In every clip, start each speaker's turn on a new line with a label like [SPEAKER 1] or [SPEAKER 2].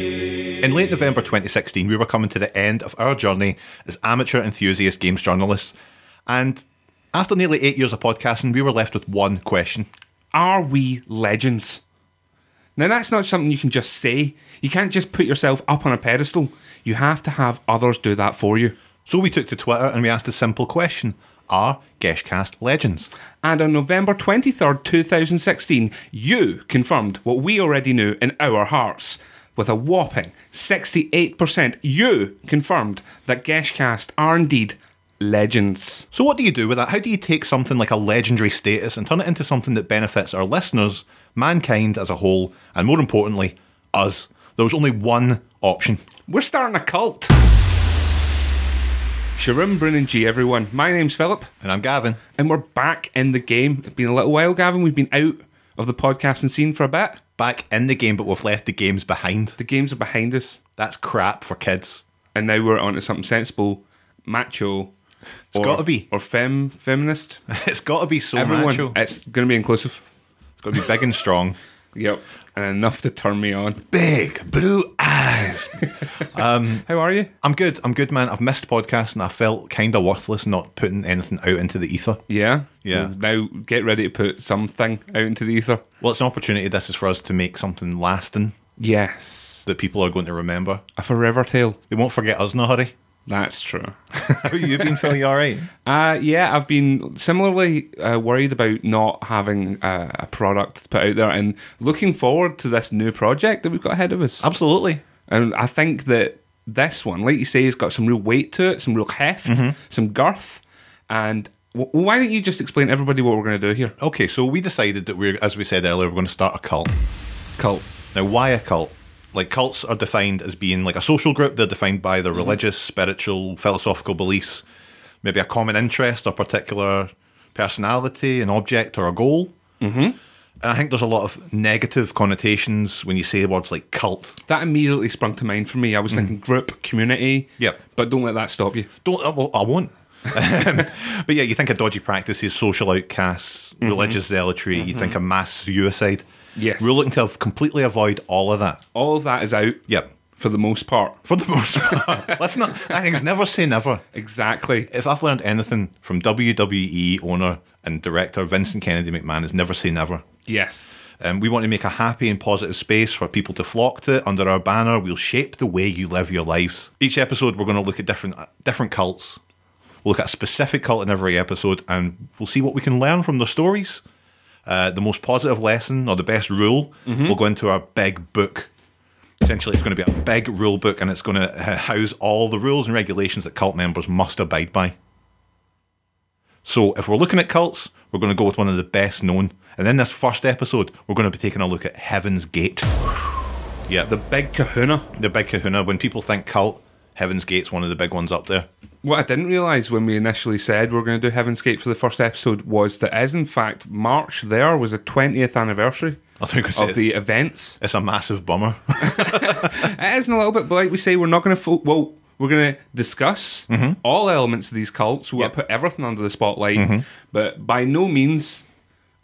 [SPEAKER 1] In late November 2016, we were coming to the end of our journey as amateur enthusiast games journalists. And after nearly eight years of podcasting, we were left with one question.
[SPEAKER 2] Are we legends? Now, that's not something you can just say. You can't just put yourself up on a pedestal. You have to have others do that for you.
[SPEAKER 1] So we took to Twitter and we asked a simple question Are Geshcast legends?
[SPEAKER 2] And on November 23rd, 2016, you confirmed what we already knew in our hearts. With a whopping 68%, you confirmed that Geshcast are indeed legends.
[SPEAKER 1] So, what do you do with that? How do you take something like a legendary status and turn it into something that benefits our listeners, mankind as a whole, and more importantly, us? There was only one option.
[SPEAKER 2] We're starting a cult. Sharon Brunin G, everyone. My name's Philip,
[SPEAKER 1] And I'm Gavin.
[SPEAKER 2] and we're back in the game. It's been a little while, Gavin. We've been out of the podcasting scene for a bit.
[SPEAKER 1] Back in the game, but we've left the games behind.
[SPEAKER 2] The games are behind us,
[SPEAKER 1] That's crap for kids.
[SPEAKER 2] and now we're onto something sensible, macho. It's
[SPEAKER 1] gotta be.
[SPEAKER 2] Or fem, feminist.
[SPEAKER 1] It's got to be so
[SPEAKER 2] Everyone.
[SPEAKER 1] macho.
[SPEAKER 2] It's going to be inclusive.
[SPEAKER 1] It's got to be big and strong.
[SPEAKER 2] Yep. And enough to turn me on.
[SPEAKER 1] Big blue eyes.
[SPEAKER 2] How are you?
[SPEAKER 1] I'm good. I'm good, man. I've missed podcasts and I felt kind of worthless not putting anything out into the ether.
[SPEAKER 2] Yeah.
[SPEAKER 1] Yeah.
[SPEAKER 2] Well, now get ready to put something out into the ether.
[SPEAKER 1] Well, it's an opportunity. This is for us to make something lasting
[SPEAKER 2] Yes.
[SPEAKER 1] that people are going to remember.
[SPEAKER 2] A forever tale.
[SPEAKER 1] They won't forget us in a hurry.
[SPEAKER 2] That's true.
[SPEAKER 1] How you been, Phil? You all right?
[SPEAKER 2] Uh, yeah, I've been similarly uh, worried about not having uh, a product to put out there and looking forward to this new project that we've got ahead of us.
[SPEAKER 1] Absolutely.
[SPEAKER 2] And I think that this one, like you say, has got some real weight to it, some real heft,
[SPEAKER 1] Mm-hmm.
[SPEAKER 2] some girth. And w- why don't you just explain to everybody what we're going to do here?
[SPEAKER 1] Okay, so we decided that we're, as we said earlier, we're going to start a cult.
[SPEAKER 2] Cult.
[SPEAKER 1] Now, why a cult? Like, cults are defined as being like a social group. They're defined by their religious, spiritual, philosophical beliefs, maybe a common interest or particular personality, an object, or a goal. Mm-hmm. And I think there's a lot of negative connotations when you say words like cult.
[SPEAKER 2] That immediately sprung to mind for me. I was thinking group, community.
[SPEAKER 1] Mm-hmm. Yep.
[SPEAKER 2] But don't let that stop you.
[SPEAKER 1] Don't, uh, well, I won't. Um, but yeah, you think of dodgy practices, social outcasts, religious zealotry, you think of mass suicide.
[SPEAKER 2] Yes.
[SPEAKER 1] We're looking to have completely avoid all of that.
[SPEAKER 2] All of that is out
[SPEAKER 1] Yep.
[SPEAKER 2] for the most part.
[SPEAKER 1] For the most part. Let's not, I think it's never say never.
[SPEAKER 2] Exactly.
[SPEAKER 1] If I've learned anything from WWE owner and director Vincent Kennedy McMahon is never say never.
[SPEAKER 2] Yes.
[SPEAKER 1] Um, we want to make a happy and positive space for people to flock to. Under our banner, we'll shape the way you live your lives. Each episode, we're going to look at different different cults. We'll look at a specific cult in every episode, and we'll see what we can learn from their stories. Uh, the most positive lesson or the best rule will go into our big book. Essentially, it's going to be a big rule book, and it's going to uh, house all the rules and regulations that cult members must abide by. So if we're looking at cults, we're going to go with one of the best known. And in this first episode, we're going to be taking a look at Heaven's Gate. Yeah, the,
[SPEAKER 2] The big kahuna.
[SPEAKER 1] the big kahuna. When people think cult, Heaven's Gate's one of the big ones up there.
[SPEAKER 2] What I didn't realise when we initially said we are going to do Heaven's Gate for the first episode was that, as in fact, March there was the 20th anniversary
[SPEAKER 1] I think it's,
[SPEAKER 2] of the events.
[SPEAKER 1] it's a massive bummer.
[SPEAKER 2] It isn't a little bit, but like we say, we're not going to. Fo- well, we're going to discuss
[SPEAKER 1] Mm-hmm.
[SPEAKER 2] all elements of these cults. We're going to put everything under the spotlight, but by no means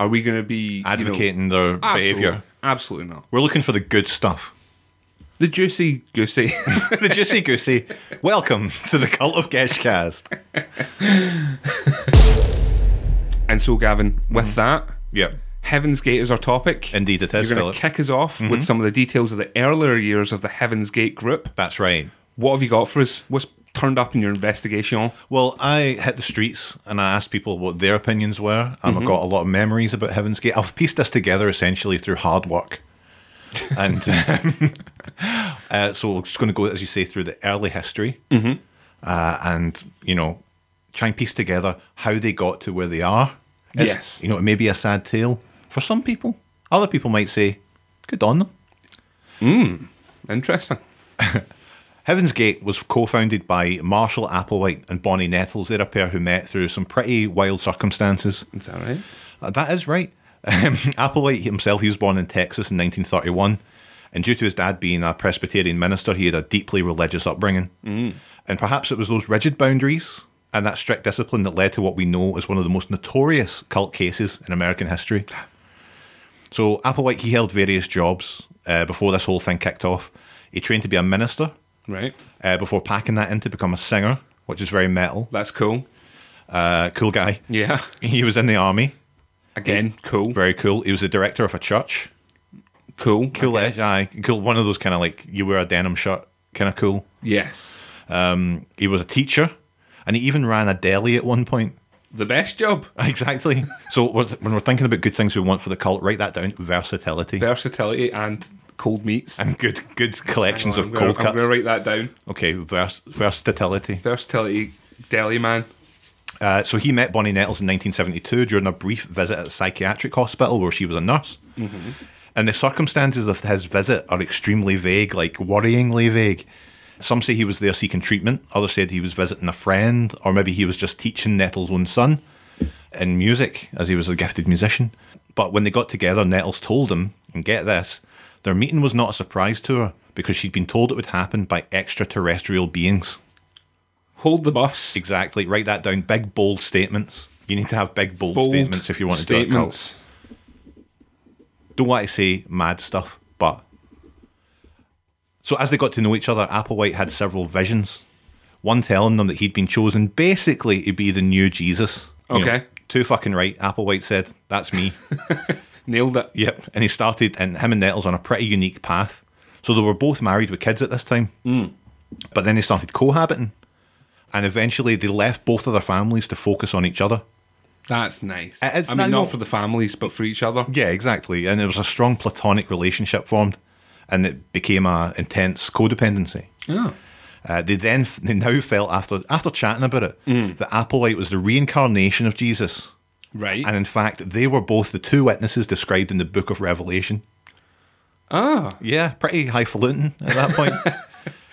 [SPEAKER 2] are we going to be you know-
[SPEAKER 1] Advocating their
[SPEAKER 2] Absolutely-
[SPEAKER 1] behaviour.
[SPEAKER 2] Absolutely not.
[SPEAKER 1] We're looking for the good stuff.
[SPEAKER 2] The juicy goosey.
[SPEAKER 1] the Juicy Goosey. Welcome to the cult of Geshcast.
[SPEAKER 2] and so, Gavin, with
[SPEAKER 1] Mm-hmm.
[SPEAKER 2] that,
[SPEAKER 1] Yeah,
[SPEAKER 2] Heaven's Gate is our topic.
[SPEAKER 1] indeed it is,
[SPEAKER 2] You're going
[SPEAKER 1] Philip.
[SPEAKER 2] to kick us off
[SPEAKER 1] Mm-hmm.
[SPEAKER 2] with some of the details of the earlier years of the Heaven's Gate group.
[SPEAKER 1] That's right.
[SPEAKER 2] What have you got for us? What's turned up in your investigation?
[SPEAKER 1] Well, I hit the streets and I asked people what their opinions were, and I've got a lot of memories about Heaven's Gate. I've pieced this together essentially through hard work. And um, uh, so we're just going to go, as you say, through the early history uh, and, you know, try and piece together how they got to where they are. It's-
[SPEAKER 2] Yes.
[SPEAKER 1] You know, it may be a sad tale for some people. Other people might say, good on them.
[SPEAKER 2] Interesting.
[SPEAKER 1] Heaven's Gate was co-founded by Marshall Applewhite and Bonnie Nettles. They're a pair who met through some pretty wild circumstances.
[SPEAKER 2] Is that right?
[SPEAKER 1] Uh, That is right. Um, Applewhite himself, he was born in Texas in 1931, and due to his dad being a Presbyterian minister, he had a deeply religious upbringing. Mm. And perhaps it was those rigid boundaries and that strict discipline that led to what we know as one of the most notorious cult cases in American history. So Applewhite, he held various jobs uh, before this whole thing kicked off. He trained to be a minister
[SPEAKER 2] Right.
[SPEAKER 1] uh, before packing that in to become a singer, which is very metal.
[SPEAKER 2] That's cool.
[SPEAKER 1] Uh, cool guy.
[SPEAKER 2] Yeah.
[SPEAKER 1] He was in the army.
[SPEAKER 2] Again, cool.
[SPEAKER 1] Very cool. He was the director of a church.
[SPEAKER 2] Cool.
[SPEAKER 1] Cool,
[SPEAKER 2] I
[SPEAKER 1] eh?
[SPEAKER 2] guess.
[SPEAKER 1] aye, cool. One of those kind of like you wear a denim shirt, kind of cool.
[SPEAKER 2] Yes.
[SPEAKER 1] Um, he was a teacher, and he even ran a deli at one point.
[SPEAKER 2] The best job.
[SPEAKER 1] Exactly. so we're when we're thinking about good things we want for the cult, write that down. Versatility
[SPEAKER 2] Versatility and cold meats.
[SPEAKER 1] and good good
[SPEAKER 2] Hang
[SPEAKER 1] collections
[SPEAKER 2] on,
[SPEAKER 1] of
[SPEAKER 2] I'm
[SPEAKER 1] cold
[SPEAKER 2] gonna, I'm
[SPEAKER 1] cuts.
[SPEAKER 2] gonna write that down.
[SPEAKER 1] Okay, vers- versatility.
[SPEAKER 2] Versatility deli man.
[SPEAKER 1] Uh, so he met Bonnie Nettles in 1972 during a brief visit at a psychiatric hospital where she was a nurse. And the circumstances of his visit are extremely vague, like worryingly vague. Some say he was there seeking treatment, others said he was visiting a friend, or maybe he was just teaching Nettles' own son in music, as he was a gifted musician. But when they got together, Nettles told him, and get this, their meeting was not a surprise to her because she'd been told it would happen by extraterrestrial beings.
[SPEAKER 2] Hold the bus.
[SPEAKER 1] Exactly. Write that down. Big bold statements. You need to have big bold,
[SPEAKER 2] Bold
[SPEAKER 1] statements if you want to do a cult.
[SPEAKER 2] statements.
[SPEAKER 1] Don't want to say mad stuff, but so as they got to know each other, Applewhite had several visions. One telling them that he'd been chosen basically to be the new Jesus. You
[SPEAKER 2] Okay.
[SPEAKER 1] know, too fucking right. Applewhite said, "That's me."
[SPEAKER 2] Nailed it.
[SPEAKER 1] Yep. And he started, and him and Nettles on a pretty unique path. So they were both married with kids at this time.
[SPEAKER 2] Hmm.
[SPEAKER 1] But then they started cohabiting. And eventually they left both of their families to focus on each other.
[SPEAKER 2] That's nice.
[SPEAKER 1] it's
[SPEAKER 2] I mean,
[SPEAKER 1] not-
[SPEAKER 2] not for the families, but for each other.
[SPEAKER 1] Yeah, exactly. And there was a strong platonic relationship formed. And it became a intense codependency.
[SPEAKER 2] Yeah.
[SPEAKER 1] Uh, they then they now felt after after chatting about it
[SPEAKER 2] Mm.
[SPEAKER 1] that Applewhite was the reincarnation of Jesus,
[SPEAKER 2] Right.
[SPEAKER 1] and in fact they were both the two witnesses described in the Book of Revelation.
[SPEAKER 2] ah,
[SPEAKER 1] Yeah, pretty highfalutin at that point.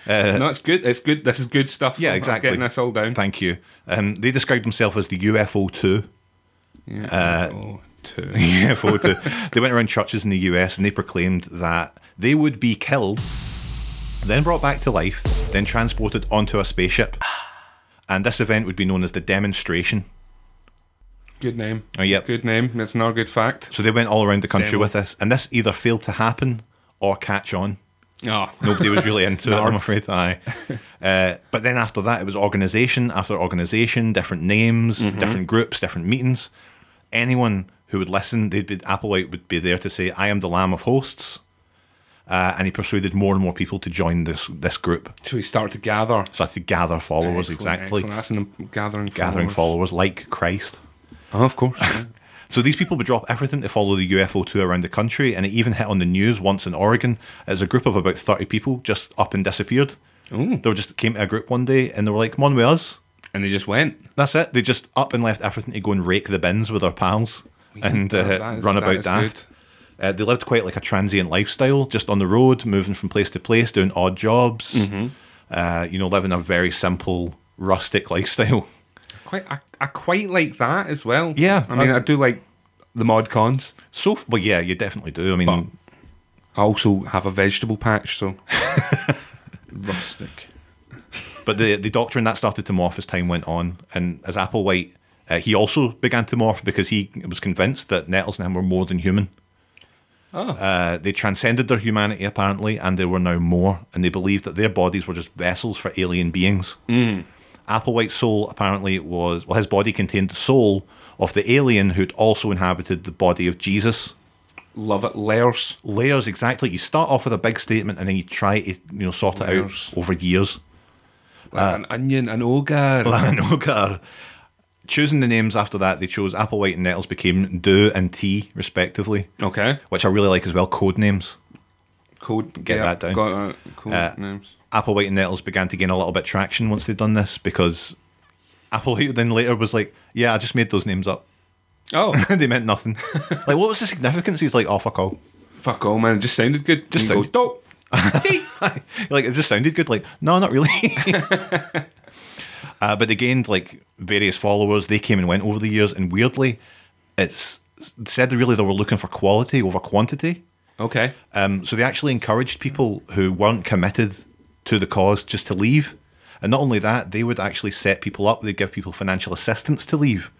[SPEAKER 2] no, it's good. It's good. This is good stuff.
[SPEAKER 1] Yeah,
[SPEAKER 2] I'm
[SPEAKER 1] exactly.
[SPEAKER 2] Getting this all down.
[SPEAKER 1] Thank you. Um, they described themselves as the UFO two.
[SPEAKER 2] oh, two.
[SPEAKER 1] UFO two. They went around churches in the US and they proclaimed that they would be killed, then brought back to life, then transported onto a spaceship, and this event would be known as the demonstration.
[SPEAKER 2] Good name.
[SPEAKER 1] Oh, yep.
[SPEAKER 2] Good name. It's another good fact.
[SPEAKER 1] So they went all around the country
[SPEAKER 2] Demo.
[SPEAKER 1] with this, and this either failed to happen or catch on.
[SPEAKER 2] Oh,
[SPEAKER 1] Nobody was really into it, I'm
[SPEAKER 2] Nerds.
[SPEAKER 1] afraid. Aye. Uh, but then after that, it was organisation after organisation, different names,
[SPEAKER 2] Mm-hmm.
[SPEAKER 1] different groups, different meetings. Anyone who would listen, they'd be, Applewhite would be there to say, "I am the Lamb of Hosts," uh, and he persuaded more and more people to join this this group.
[SPEAKER 2] so we start to gather.
[SPEAKER 1] So to gather followers,
[SPEAKER 2] Excellent,
[SPEAKER 1] exactly
[SPEAKER 2] excellent. That's an gathering.
[SPEAKER 1] gathering
[SPEAKER 2] followers.
[SPEAKER 1] followers like Christ.
[SPEAKER 2] Oh, of course. yeah.
[SPEAKER 1] So these people would drop everything to follow the UFO tour around the country, and it even hit on the news once in Oregon as a group of about 30 people just up and disappeared. They were just came to a group one day and they were like, come on with us.
[SPEAKER 2] and they just went.
[SPEAKER 1] That's it. They just up and left everything to go and rake the bins with their pals and uh,
[SPEAKER 2] That is-
[SPEAKER 1] run
[SPEAKER 2] that
[SPEAKER 1] about
[SPEAKER 2] is
[SPEAKER 1] daft. Uh, they lived quite like a transient lifestyle, just on the road, moving from place to place, doing odd jobs,
[SPEAKER 2] Mm-hmm.
[SPEAKER 1] uh, you know, living a very simple, rustic lifestyle.
[SPEAKER 2] Quite, I, I quite like that as well.
[SPEAKER 1] Yeah,
[SPEAKER 2] I mean,
[SPEAKER 1] I-
[SPEAKER 2] I, do like the mod cons.
[SPEAKER 1] So, f- well, yeah, you definitely do. I mean,
[SPEAKER 2] I also have a vegetable patch, so rustic.
[SPEAKER 1] But the the doctrine that started to morph as time went on, and as Applewhite, uh, he also began to morph because he was convinced that Nettles and him were more than human. Uh, they transcended their humanity apparently, and they were now more, and they believed that their bodies were just vessels for alien beings. Applewhite's soul apparently was well, his body contained the soul of the alien who'd also inhabited the body of Jesus
[SPEAKER 2] Love it. Layers.
[SPEAKER 1] layers exactly. You start off with a big statement, and then you try to you know sort
[SPEAKER 2] Layers.
[SPEAKER 1] it out over years. Uh,
[SPEAKER 2] Like an onion, an ogre.
[SPEAKER 1] Plan Ogar. Choosing the names after that, they chose Applewhite and Nettles became Do and T, respectively,
[SPEAKER 2] okay.
[SPEAKER 1] which I really like as well. Code names.
[SPEAKER 2] Code.
[SPEAKER 1] Get
[SPEAKER 2] yeah,
[SPEAKER 1] that down.
[SPEAKER 2] Got, uh, code
[SPEAKER 1] Uh,
[SPEAKER 2] names.
[SPEAKER 1] Applewhite and Nettles began to gain a little bit of traction once they'd done this because Applewhite then later was like, "Yeah, I just made those names up.
[SPEAKER 2] Oh,
[SPEAKER 1] they meant nothing. like, what was the significance?" He's like, "Oh fuck all."
[SPEAKER 2] fuck all, man. It just sounded good.
[SPEAKER 1] Just
[SPEAKER 2] And you
[SPEAKER 1] sound-
[SPEAKER 2] go, "Dope." Dee.
[SPEAKER 1] like it just sounded good. Like, no, not really. uh, but they gained like various followers. They came and went over the years, and weirdly, it's said that really they were looking for quality over quantity.
[SPEAKER 2] okay.
[SPEAKER 1] Um, so they actually encouraged people who weren't committed to the cause just to leave. And not only that, they would actually set people up. They'd give people financial assistance to leave.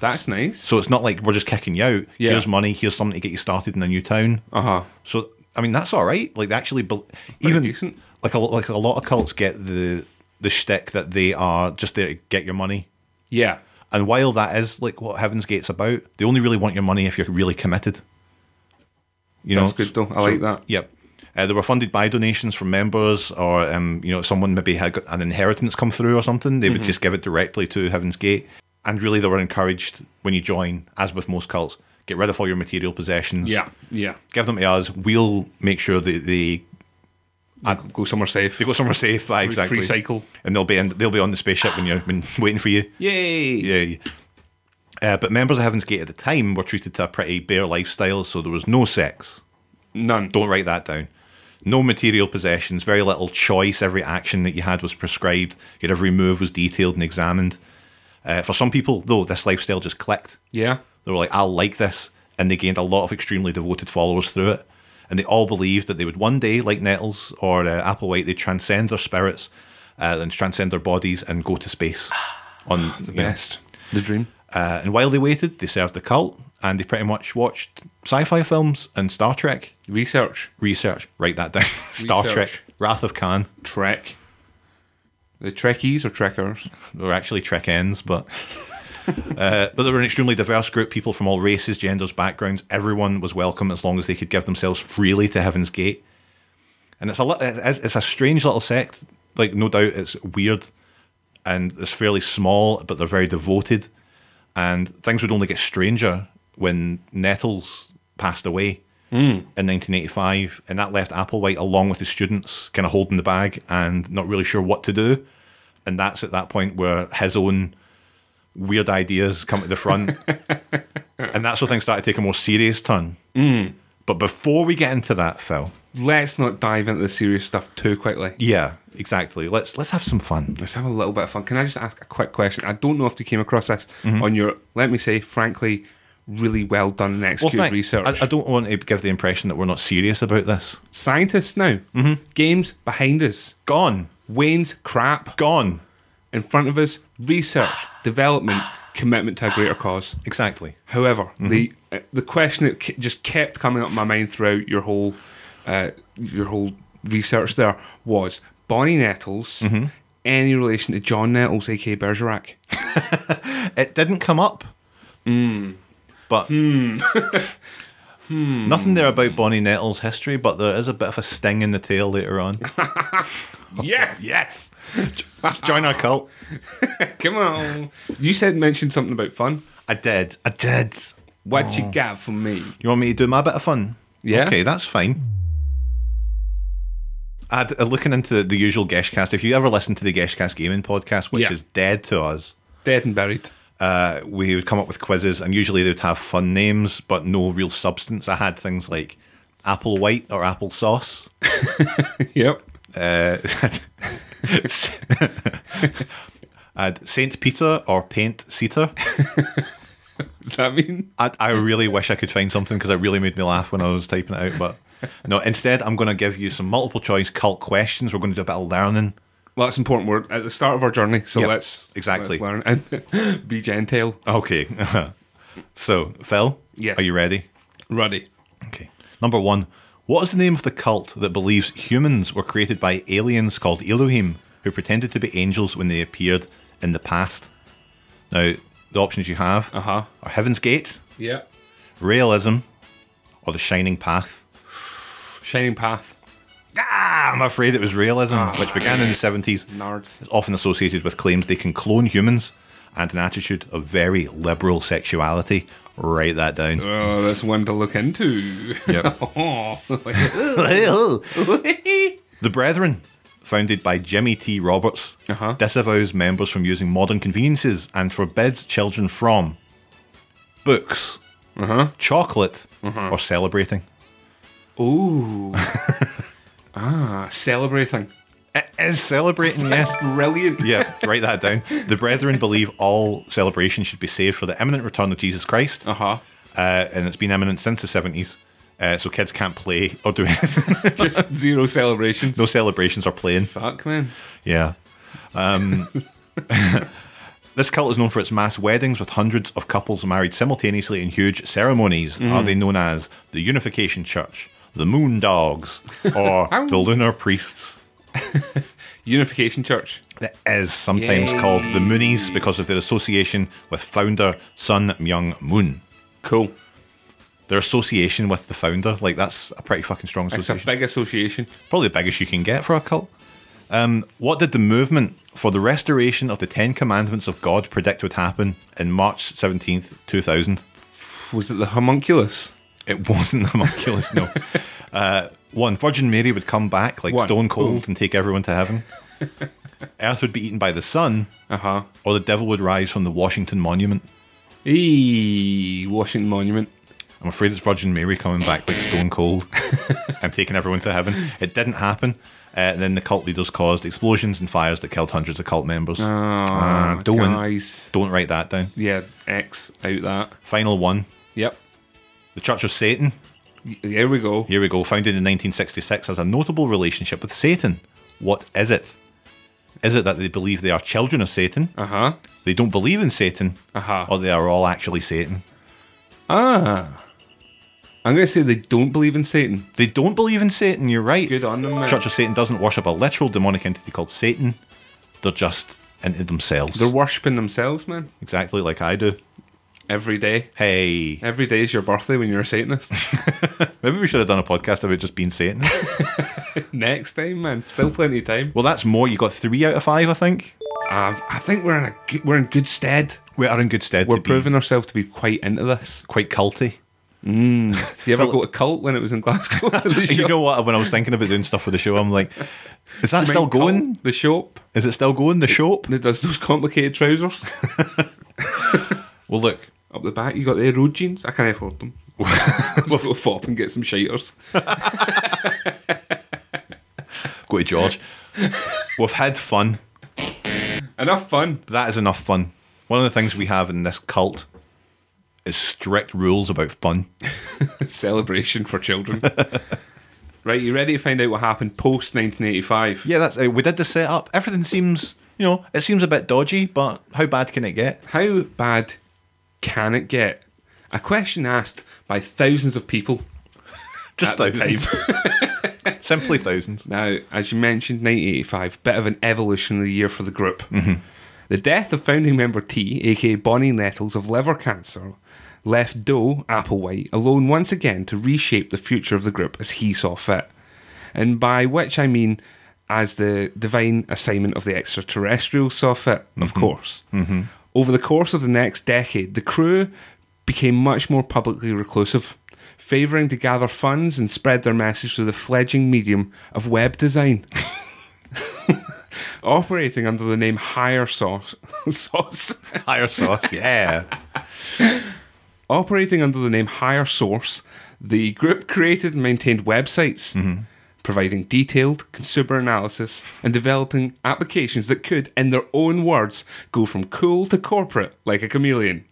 [SPEAKER 2] That's nice.
[SPEAKER 1] So it's not like we're just kicking you out.
[SPEAKER 2] Yeah.
[SPEAKER 1] Here's money. Here's something to get you started in a new town.
[SPEAKER 2] uh huh.
[SPEAKER 1] So I mean, that's all right. Like they actually, bel even
[SPEAKER 2] decent.
[SPEAKER 1] like a, like a lot of cults get the the shtick that they are just there to get your money.
[SPEAKER 2] Yeah.
[SPEAKER 1] And while that is like what Heaven's Gate's about, they only really want your money if you're really committed. You
[SPEAKER 2] That's
[SPEAKER 1] know,
[SPEAKER 2] good though. I like that.
[SPEAKER 1] Yep. Uh, they were funded by donations from members, or um, you know, someone maybe had got an inheritance come through or something. They
[SPEAKER 2] Mm-hmm.
[SPEAKER 1] would just give it directly to Heaven's Gate, and really they were encouraged when you join, as with most cults, get rid of all your material possessions.
[SPEAKER 2] Yeah. Yeah.
[SPEAKER 1] give them to us. We'll make sure that they
[SPEAKER 2] Go somewhere safe.
[SPEAKER 1] Uh, they go somewhere safe. Free, exactly.
[SPEAKER 2] free cycle.
[SPEAKER 1] and they'll be in, they'll be on the spaceship when you're when waiting for you.
[SPEAKER 2] Yay.
[SPEAKER 1] Yeah. Uh, but members of Heaven's Gate at the time were treated to a pretty bare lifestyle, so there was no sex.
[SPEAKER 2] None.
[SPEAKER 1] Don't write that down. No material possessions, very little choice. Every action that you had was prescribed. Your every move was detailed and examined. Uh, for some people, though, this lifestyle just clicked.
[SPEAKER 2] Yeah.
[SPEAKER 1] They were like, I'll like this. And they gained a lot of extremely devoted followers through it. And they all believed that they would one day, like Nettles or uh, Applewhite, they'd transcend their spirits uh, and transcend their bodies and go to space. On
[SPEAKER 2] Yes. The dream.
[SPEAKER 1] Uh, and while they waited, they served the cult and they pretty much watched sci fi films and Star Trek.
[SPEAKER 2] Research.
[SPEAKER 1] Research, write that down. Star
[SPEAKER 2] Research.
[SPEAKER 1] Trek, Wrath of Khan.
[SPEAKER 2] Trek. The Trekkies or Trekkers?
[SPEAKER 1] They were actually Trek ends, but. Uh, but they were an extremely diverse group, people from all races, genders, backgrounds. Everyone was welcome as long as they could give themselves freely to Heaven's Gate. And it's a lit- it's, it's a strange little sect. Like no doubt, it's weird, and it's fairly small, but they're very devoted. And things would only get stranger when Nettles passed away in 1985, and that left Applewhite along with his students, kind of holding the bag and not really sure what to do. And that's at that point where his own weird ideas come to the front. and that's where things started to take a more serious turn. But before we get into that, Phil,
[SPEAKER 2] Let's not dive into the serious stuff too quickly.
[SPEAKER 1] yeah, exactly. Let's let's have some fun.
[SPEAKER 2] Let's have a little bit of fun. Can I just ask a quick question? I don't know if you came across this
[SPEAKER 1] Mm-hmm.
[SPEAKER 2] on your, let me say, frankly, really well done and
[SPEAKER 1] Well,
[SPEAKER 2] executed
[SPEAKER 1] thank-
[SPEAKER 2] research.
[SPEAKER 1] I, I don't want to give the impression that we're not serious about this.
[SPEAKER 2] Scientists now, games behind us,
[SPEAKER 1] Gone,
[SPEAKER 2] Wayne's crap
[SPEAKER 1] gone.
[SPEAKER 2] in front of us, research, development, commitment to a greater cause.
[SPEAKER 1] Exactly.
[SPEAKER 2] However, the uh, the question that ke- just kept coming up in my mind throughout your whole uh, your whole research there was Bonnie Nettles any relation to John Nettles, aka Bergerac?
[SPEAKER 1] It didn't come up.
[SPEAKER 2] Hmm.
[SPEAKER 1] But nothing there about Bonnie Nettles' history, but there is a bit of a sting in the tail later on.
[SPEAKER 2] yes, yes.
[SPEAKER 1] Join our cult.
[SPEAKER 2] Come on. You said mentioned something about fun.
[SPEAKER 1] I did. I did.
[SPEAKER 2] What you got for me?
[SPEAKER 1] You want me to do my bit of fun?
[SPEAKER 2] Yeah.
[SPEAKER 1] Okay, that's fine. I'd, uh, looking into the usual Geshcast, if you ever listen to the Geshcast Gaming podcast, which
[SPEAKER 2] Yeah.
[SPEAKER 1] is dead to us,
[SPEAKER 2] Dead and buried.
[SPEAKER 1] uh, we would come up with quizzes, and usually they would have fun names, but no real substance. I had things like apple white or apple sauce.
[SPEAKER 2] yep.
[SPEAKER 1] Uh, I'd Saint Peter or Paint Seater.
[SPEAKER 2] Does that mean?
[SPEAKER 1] I, I really wish I could find something because it really made me laugh when I was typing it out. But no, instead, I'm going to give you some multiple choice cult questions. We're going to do a bit of learning.
[SPEAKER 2] Well, that's an important word at the start of our journey. So
[SPEAKER 1] Yep,
[SPEAKER 2] let's
[SPEAKER 1] exactly.
[SPEAKER 2] let's learn and be genteel.
[SPEAKER 1] Okay. so, Phil,
[SPEAKER 2] Yes.
[SPEAKER 1] are you ready?
[SPEAKER 2] Ruddy.
[SPEAKER 1] Okay. Number one What is the name of the cult that believes humans were created by aliens called Elohim who pretended to be angels when they appeared in the past? Now, the options you have
[SPEAKER 2] Uh-huh.
[SPEAKER 1] are Heaven's Gate,
[SPEAKER 2] Yep.
[SPEAKER 1] Realism, or The Shining Path.
[SPEAKER 2] Shining path.
[SPEAKER 1] Ah, I'm afraid it was realism, which began in the 70s.
[SPEAKER 2] Nards.
[SPEAKER 1] It's often associated with claims they can clone humans and an attitude of very liberal sexuality. Write that down.
[SPEAKER 2] Oh, that's one to look into.
[SPEAKER 1] Yep.
[SPEAKER 2] oh, like,
[SPEAKER 1] the Brethren, founded by Jimmy T. Roberts,
[SPEAKER 2] Uh-huh.
[SPEAKER 1] disavows members from using modern conveniences and forbids children from books, chocolate, or celebrating.
[SPEAKER 2] ooh. ah, celebrating.
[SPEAKER 1] It is celebrating, yes.
[SPEAKER 2] Brilliant.
[SPEAKER 1] yeah, write that down. The Brethren believe all celebration should be saved for the imminent return of Jesus Christ,
[SPEAKER 2] Uh huh.
[SPEAKER 1] uh, and it's been imminent since the 70s. Uh, so kids can't play or do anything.
[SPEAKER 2] Just zero celebrations.
[SPEAKER 1] no celebrations or playing.
[SPEAKER 2] Fuck, man.
[SPEAKER 1] Yeah. Um, this cult is known for its mass weddings with hundreds
[SPEAKER 2] Mm-hmm.
[SPEAKER 1] of couples married simultaneously in huge ceremonies. Are they known as the Unification Church, the Moon Dogs or
[SPEAKER 2] Ow.
[SPEAKER 1] the Lunar Priests.
[SPEAKER 2] Unification Church.
[SPEAKER 1] That is sometimes
[SPEAKER 2] Yay.
[SPEAKER 1] called the Moonies because of their association with founder Sun Myung Moon.
[SPEAKER 2] Cool.
[SPEAKER 1] Their association with the founder, like that's a pretty fucking strong
[SPEAKER 2] It's a
[SPEAKER 1] association.
[SPEAKER 2] big association.
[SPEAKER 1] Probably the biggest you can get for a cult. Um, what did the movement for the restoration of the Ten Commandments of God predict would happen in March 17th, 2000?
[SPEAKER 2] Was it the homunculus?
[SPEAKER 1] It wasn't the homunculus, no. Uh, one, Virgin Mary would come back like
[SPEAKER 2] One.
[SPEAKER 1] stone cold and take everyone to heaven. Earth would be eaten by the sun,
[SPEAKER 2] Uh huh.
[SPEAKER 1] or the devil would rise from the Washington Monument.
[SPEAKER 2] Eee, Washington Monument.
[SPEAKER 1] I'm afraid it's Virgin Mary coming back like stone cold and taking everyone to heaven. It didn't happen. Uh, and then the cult leaders caused explosions and fires that killed hundreds of cult members. Ah, don't,
[SPEAKER 2] Oh, guys.
[SPEAKER 1] don't write that down.
[SPEAKER 2] Yeah, X out that.
[SPEAKER 1] Final one
[SPEAKER 2] Yep.
[SPEAKER 1] The Church of Satan
[SPEAKER 2] Y- There we go.
[SPEAKER 1] Here we go. Founded in 1966, has a notable relationship with Satan. What is it? Is it that they believe they are children of Satan?
[SPEAKER 2] Uh huh.
[SPEAKER 1] They don't believe in Satan,
[SPEAKER 2] Uh-huh.
[SPEAKER 1] or they are all actually Satan.
[SPEAKER 2] Ah. I'm going to say they don't believe in Satan.
[SPEAKER 1] They don't believe in Satan. You're right.
[SPEAKER 2] Good on them, man.
[SPEAKER 1] Church of Satan doesn't worship a literal demonic entity called Satan. They're just into themselves,
[SPEAKER 2] They're worshipping themselves, man.
[SPEAKER 1] exactly like I do.
[SPEAKER 2] Every day.
[SPEAKER 1] Hey,
[SPEAKER 2] Every day is your birthday when you're a Satanist.
[SPEAKER 1] maybe we should have done a podcast about just being Satan.
[SPEAKER 2] Next time, man. Still plenty of time.
[SPEAKER 1] well, that's more. You got three out of five, I think.
[SPEAKER 2] Um, I think we're in a good, we're in good stead.
[SPEAKER 1] We are in good stead.
[SPEAKER 2] We're
[SPEAKER 1] to be
[SPEAKER 2] proving ourselves to be quite into this.
[SPEAKER 1] quite culty.
[SPEAKER 2] You ever go to cult when it was in Glasgow? The
[SPEAKER 1] You
[SPEAKER 2] shop-
[SPEAKER 1] know what? When I was thinking about doing stuff for the show, I'm like, is that still
[SPEAKER 2] main cult,
[SPEAKER 1] going?
[SPEAKER 2] The shop
[SPEAKER 1] Is it still going? The shop?
[SPEAKER 2] that does those complicated trousers
[SPEAKER 1] Well, look,
[SPEAKER 2] up the back. You got the road jeans. I can't afford them. We'll go fop and get some shiters.
[SPEAKER 1] go to George. We've had fun.
[SPEAKER 2] Enough fun.
[SPEAKER 1] That is enough fun. One of the things we have in this cult is strict rules about fun.
[SPEAKER 2] Celebration for children. right, you ready to find out what happened post 1985?
[SPEAKER 1] Yeah, that's uh, we did the setup. Everything seems, you know, it seems a bit dodgy, but how bad can it get?
[SPEAKER 2] How bad can it get? A question asked by thousands of people.
[SPEAKER 1] Just
[SPEAKER 2] At the
[SPEAKER 1] Simply thousands.
[SPEAKER 2] Now, as you mentioned, 1985, bit of an evolutionary year for the group. The death of founding member T, aka Bonnie Nettles, of liver cancer, left Doe Applewhite alone once again to reshape the future of the group as he saw fit. And by which I mean as the divine assignment of the extraterrestrials saw fit, of course. Over the course of the next decade, the crew became much more publicly reclusive, favouring to gather funds and spread their message through the fledging medium of web design. Operating under the name Higher Sauce, Sauce
[SPEAKER 1] Higher sauce, yeah.
[SPEAKER 2] Operating under the name Higher Source, the group created and maintained websites, providing detailed consumer analysis and developing applications that could, in their own words, go from cool to corporate like a chameleon.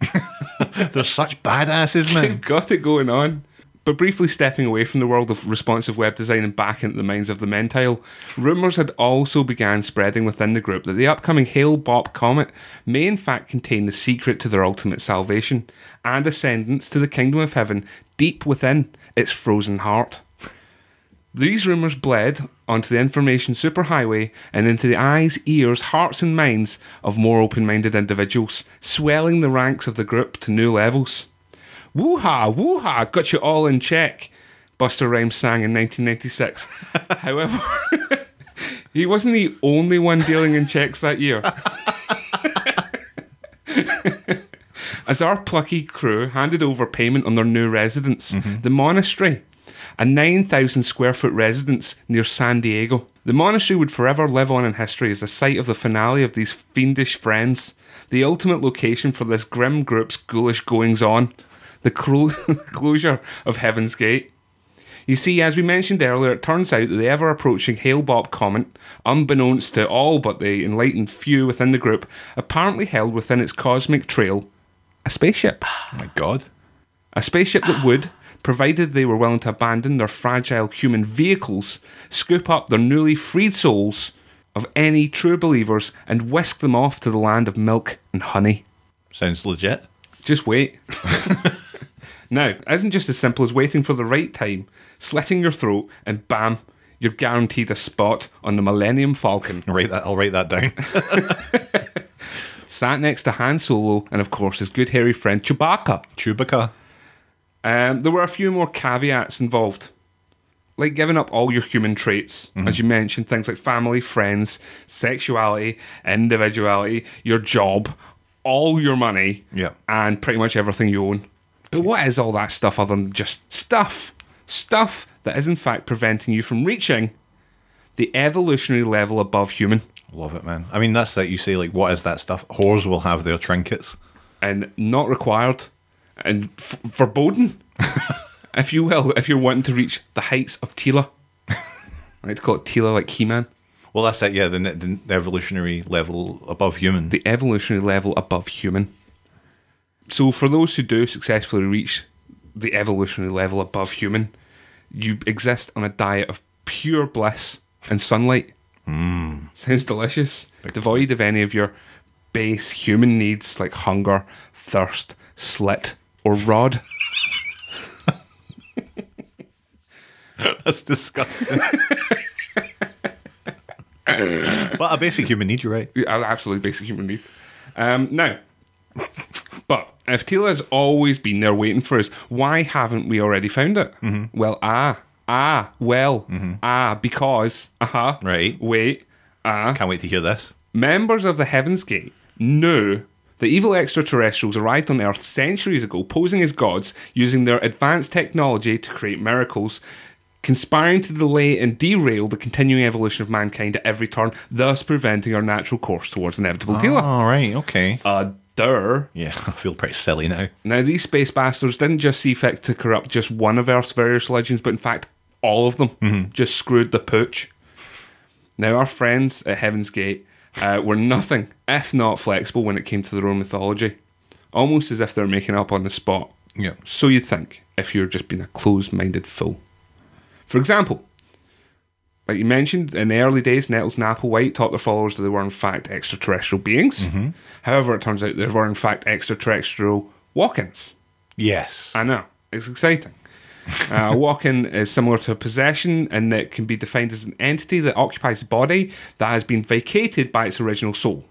[SPEAKER 1] They're such badasses, man.
[SPEAKER 2] They've got it going on. But briefly stepping away from the world of responsive web design and back into the minds of the Mentile, rumours had also began spreading within the group that the upcoming Hale Bopp comet may in fact contain the secret to their ultimate salvation and ascendance to the kingdom of heaven deep within its frozen heart. These rumours bled onto the information superhighway and into the eyes, ears, hearts, and minds of more open minded individuals, swelling the ranks of the group to new levels. Woo-ha, woo-ha, got you all in check, Buster Rhymes sang in 1996. However, he wasn't the only one dealing in checks that year. As our plucky crew handed over payment on their new residence, the monastery, a 9,000 square foot residence near San Diego. The monastery would forever live on in history as the site of the finale of these fiendish friends, the ultimate location for this grim group's ghoulish goings on, the clo- closure of Heaven's Gate. You see, as we mentioned earlier, it turns out that the ever approaching Hale Bopp comment, unbeknownst to all but the enlightened few within the group, apparently held within its cosmic trail a spaceship.
[SPEAKER 1] Oh my God.
[SPEAKER 2] A spaceship that would, provided they were willing to abandon their fragile human vehicles, scoop up their newly freed souls of any true believers and whisk them off to the land of milk and honey.
[SPEAKER 1] Sounds legit.
[SPEAKER 2] Just wait. Now, it isn't just as simple as waiting for the right time, slitting your throat, and bam, you're guaranteed a spot on the Millennium Falcon.
[SPEAKER 1] I'll write that, I'll write that down.
[SPEAKER 2] Sat next to Han Solo and, of course, his good hairy friend Chewbacca.
[SPEAKER 1] Chewbacca.
[SPEAKER 2] Um, there were a few more caveats involved, like giving up all your human traits, as you mentioned, things like family, friends, sexuality, individuality, your job, all your money,
[SPEAKER 1] Yeah.
[SPEAKER 2] and pretty much everything you own. But what is all that stuff other than just stuff? Stuff that is in fact preventing you from reaching the evolutionary level above human.
[SPEAKER 1] Love it, man. I mean, that's that you say, like, what is that stuff? Whores will have their trinkets.
[SPEAKER 2] and not required and f- foreboding, if you will, if you're wanting to reach the heights of Tila. I like to call it Tila like He Man,
[SPEAKER 1] Well, that's it, yeah, the, ne- the evolutionary level above human.
[SPEAKER 2] the evolutionary level above human. So, for those who do successfully reach the evolutionary level above human, you exist on a diet of pure bliss and sunlight. Sounds delicious. Devoid of any of your base human needs like hunger, thirst, slit, or rod.
[SPEAKER 1] that's disgusting. but a basic human need, you're right.
[SPEAKER 2] Yeah, absolutely basic human need. Um, now, but if Tila has always been there waiting for us, why haven't we already found it? Well, ah, ah, well, ah, because, uh-huh,
[SPEAKER 1] Right.
[SPEAKER 2] wait, ah,
[SPEAKER 1] Can't wait to hear this.
[SPEAKER 2] members of the Heaven's Gate knew the evil extraterrestrials arrived on Earth centuries ago, posing as gods, using their advanced technology to create miracles, conspiring to delay and derail the continuing evolution of mankind at every turn, thus preventing our natural course towards inevitable dealer.
[SPEAKER 1] All right, okay.
[SPEAKER 2] Uh, durr.
[SPEAKER 1] Yeah, I feel pretty silly now.
[SPEAKER 2] Now, these space bastards didn't just see fit to corrupt just one of Earth's various religions, but in fact, all of them just screwed the pooch. Now, our friends at Heaven's Gate uh, were nothing if not flexible when it came to their own mythology, almost as if they were making up on the spot.
[SPEAKER 1] Yeah.
[SPEAKER 2] So you'd think, if you're just being a closed minded fool. For example, like you mentioned, in the early days, Nettles and Applewhite taught their followers that they were in fact extraterrestrial beings. However, it turns out they were in fact extraterrestrial walk ins.
[SPEAKER 1] Yes.
[SPEAKER 2] I know. It's exciting. Uh, a walk-in is similar to a possession and it can be defined as an entity that occupies a body that has been vacated by its original soul.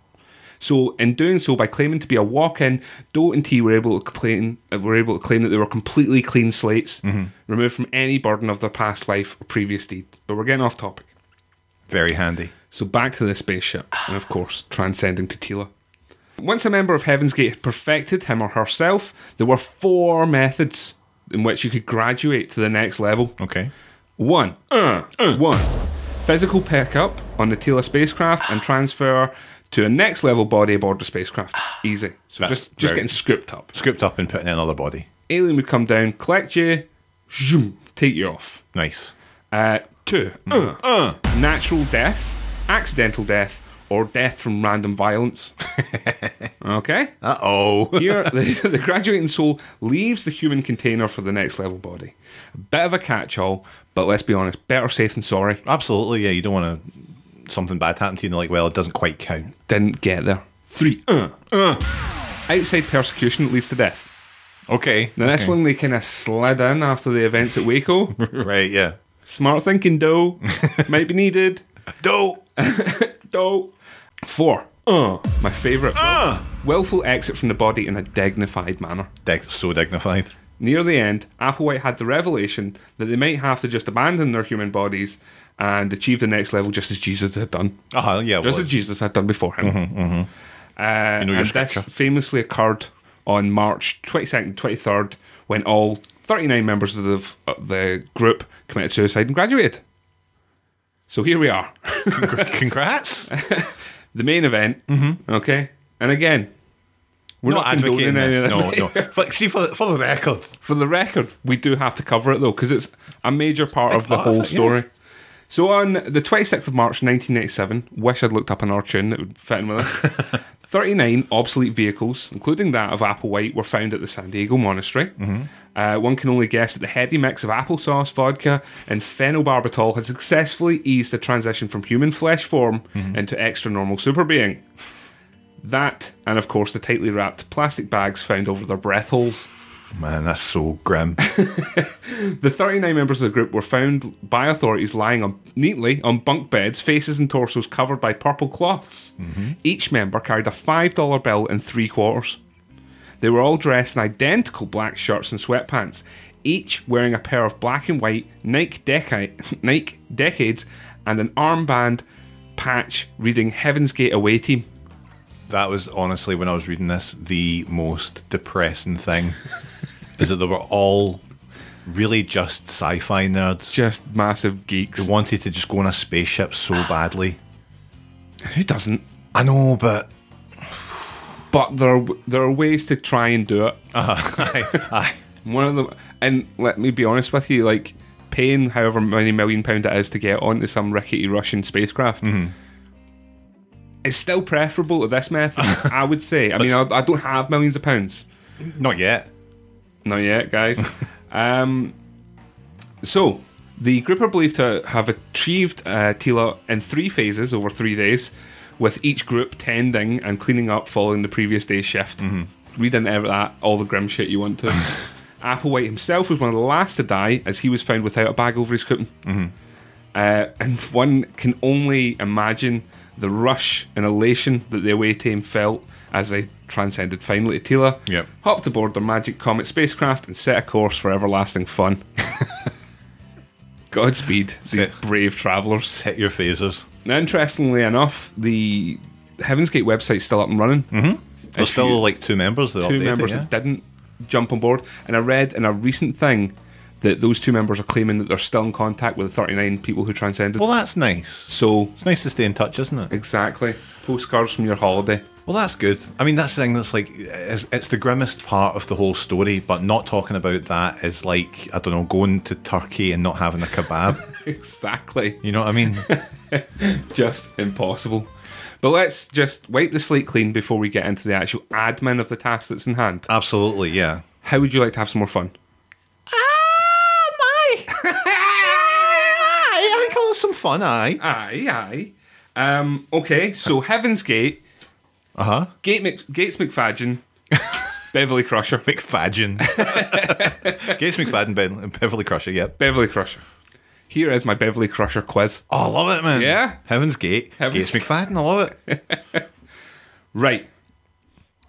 [SPEAKER 2] So, in doing so, by claiming to be a walk-in, Doe and T were able to complain. uh, Were able to claim that they were completely clean slates, removed from any burden of their past life or previous deed. But we're getting off topic.
[SPEAKER 1] Very handy.
[SPEAKER 2] So back to the spaceship, and of course, transcending to Tila. Once a member of Heaven's Gate had perfected him or herself, there were four methods in which you could graduate to the next level.
[SPEAKER 1] Okay.
[SPEAKER 2] One, uh, one, physical pickup on the Tila spacecraft and transfer to a next level body aboard the spacecraft. Easy. So
[SPEAKER 1] That's
[SPEAKER 2] just just
[SPEAKER 1] very-
[SPEAKER 2] getting scooped up.
[SPEAKER 1] Scooped up and put in another body.
[SPEAKER 2] Alien would come down, collect you, zoom, take you off.
[SPEAKER 1] Nice.
[SPEAKER 2] Uh, two, uh, natural death, accidental death, or death from random violence. okay?
[SPEAKER 1] Uh oh.
[SPEAKER 2] Here, the, the graduating soul leaves the human container for the next level body. A bit of a catch all, but let's be honest, better safe than sorry.
[SPEAKER 1] Absolutely, yeah. You don't want to something bad happen to you and you're like, well, it doesn't quite count.
[SPEAKER 2] Didn't get there. Three, uh, outside persecution that leads to death.
[SPEAKER 1] Okay.
[SPEAKER 2] Now, this
[SPEAKER 1] okay.
[SPEAKER 2] one they kind of slid in after the events at Waco.
[SPEAKER 1] right, yeah.
[SPEAKER 2] Smart thinking, though. Might be needed.
[SPEAKER 1] No.
[SPEAKER 2] Dope. Four. Uh, my favourite. Uh. Willful exit from the body in a dignified manner.
[SPEAKER 1] Dig- so dignified.
[SPEAKER 2] Near the end, Applewhite had the revelation that they might have to just abandon their human bodies and achieve the next level just as Jesus had done.
[SPEAKER 1] Ah, yeah.
[SPEAKER 2] Just
[SPEAKER 1] Well,
[SPEAKER 2] as Jesus had done before him. Uh,
[SPEAKER 1] Mm-hmm, know your
[SPEAKER 2] and this
[SPEAKER 1] scripture.
[SPEAKER 2] famously occurred on March 22nd, 23rd, when all 39 members of the, of the group committed suicide and graduated. So here we are.
[SPEAKER 1] congr- congrats.
[SPEAKER 2] the main event.
[SPEAKER 1] Mm-hmm.
[SPEAKER 2] Okay, and again, we're
[SPEAKER 1] not
[SPEAKER 2] not,
[SPEAKER 1] advocating
[SPEAKER 2] condoning any of
[SPEAKER 1] this.
[SPEAKER 2] this.
[SPEAKER 1] No, no. But see, for the, for the record,
[SPEAKER 2] For the record, we do have to cover it though, because it's a major part of the
[SPEAKER 1] part of
[SPEAKER 2] whole
[SPEAKER 1] it, yeah.
[SPEAKER 2] story. So on the 26th of March 1987, wish I'd looked up another tune that would fit in with it. 39 obsolete vehicles, including that of Applewhite, were found at the San Diego Monastery.
[SPEAKER 1] Mm-hmm.
[SPEAKER 2] Uh, one can only guess that the heady mix of applesauce, vodka, and phenobarbital had successfully eased the transition from human flesh form
[SPEAKER 1] Mm-hmm.
[SPEAKER 2] into extra normal super being. That, and of course, the tightly wrapped plastic bags found over their breath holes.
[SPEAKER 1] Man, that's so grim.
[SPEAKER 2] The 39 members of the group were found by authorities lying on, neatly on bunk beds, faces and torsos covered by purple cloths. Each member carried a $5 bill and three quarters. They were all dressed in identical black shirts and sweatpants, each wearing a pair of black and white Nike, deca- Nike decades and an armband patch reading Heaven's Gate Away Team.
[SPEAKER 1] that was honestly, when I was reading this, the most depressing thing is that they were all really just sci fi nerds.
[SPEAKER 2] Just massive geeks.
[SPEAKER 1] They wanted to just go on a spaceship so badly.
[SPEAKER 2] Who doesn't?
[SPEAKER 1] I know, but
[SPEAKER 2] But there are, there are ways to try and do it.
[SPEAKER 1] Aye, aye.
[SPEAKER 2] One of them, and let me be honest with you, like paying however many million pound it is to get onto some rickety Russian spacecraft. It's still preferable to this method, I would say. I mean, I, I don't have millions of pounds,
[SPEAKER 1] not yet.
[SPEAKER 2] not yet, guys. um, so the group are believed to have achieved uh, Tila in three phases over three days, with each group tending and cleaning up following the previous day's shift. Read into every- that all the grim shit you want to. Applewhite himself was one of the last to die, as he was found without a bag over his cushion. Uh, and one can only imagine the rush and elation that the away team felt as they transcended finally to Tila,
[SPEAKER 1] Yep.
[SPEAKER 2] hopped aboard their Magic Comet spacecraft, and set a course for everlasting fun. Godspeed, these
[SPEAKER 1] Set-
[SPEAKER 2] brave travellers.
[SPEAKER 1] Hit your phasers.
[SPEAKER 2] Now, interestingly enough, the Heaven's Gate website's still up and running. Mm-hmm.
[SPEAKER 1] There's still like two members that
[SPEAKER 2] two
[SPEAKER 1] updated,
[SPEAKER 2] members
[SPEAKER 1] yeah?
[SPEAKER 2] that didn't jump on board. And I read in a recent thing that those two members are claiming that they're still in contact with the 39 people who transcended.
[SPEAKER 1] Well, that's nice.
[SPEAKER 2] so,
[SPEAKER 1] It's nice to stay in touch, isn't it?
[SPEAKER 2] exactly. Postcards from your holiday.
[SPEAKER 1] Well, that's good. I mean, that's the thing that's like, it's, it's the grimmest part of the whole story, but not talking about that is like, I don't know, going to Turkey and not having a kebab.
[SPEAKER 2] Exactly.
[SPEAKER 1] you know what I mean?
[SPEAKER 2] Just impossible. But let's just wipe the slate clean before we get into the actual admin of the task that's in hand.
[SPEAKER 1] Absolutely, yeah.
[SPEAKER 2] How would you like to have some more fun? Ah,
[SPEAKER 1] I call it some fun, aye.
[SPEAKER 2] Aye, aye. Um, okay, so Heaven's Gate,
[SPEAKER 1] Uh huh.
[SPEAKER 2] Gate Mc, Gates McFadgen, Beverly Crusher.
[SPEAKER 1] McFadgen. Gates McFadden, ben, Beverly Crusher, yep.
[SPEAKER 2] Beverly Crusher. Here is my Beverly Crusher quiz.
[SPEAKER 1] Oh, I love it, man.
[SPEAKER 2] Yeah?
[SPEAKER 1] Heaven's Gate.
[SPEAKER 2] Heaven's-
[SPEAKER 1] Gates McFadden, I love it.
[SPEAKER 2] Right.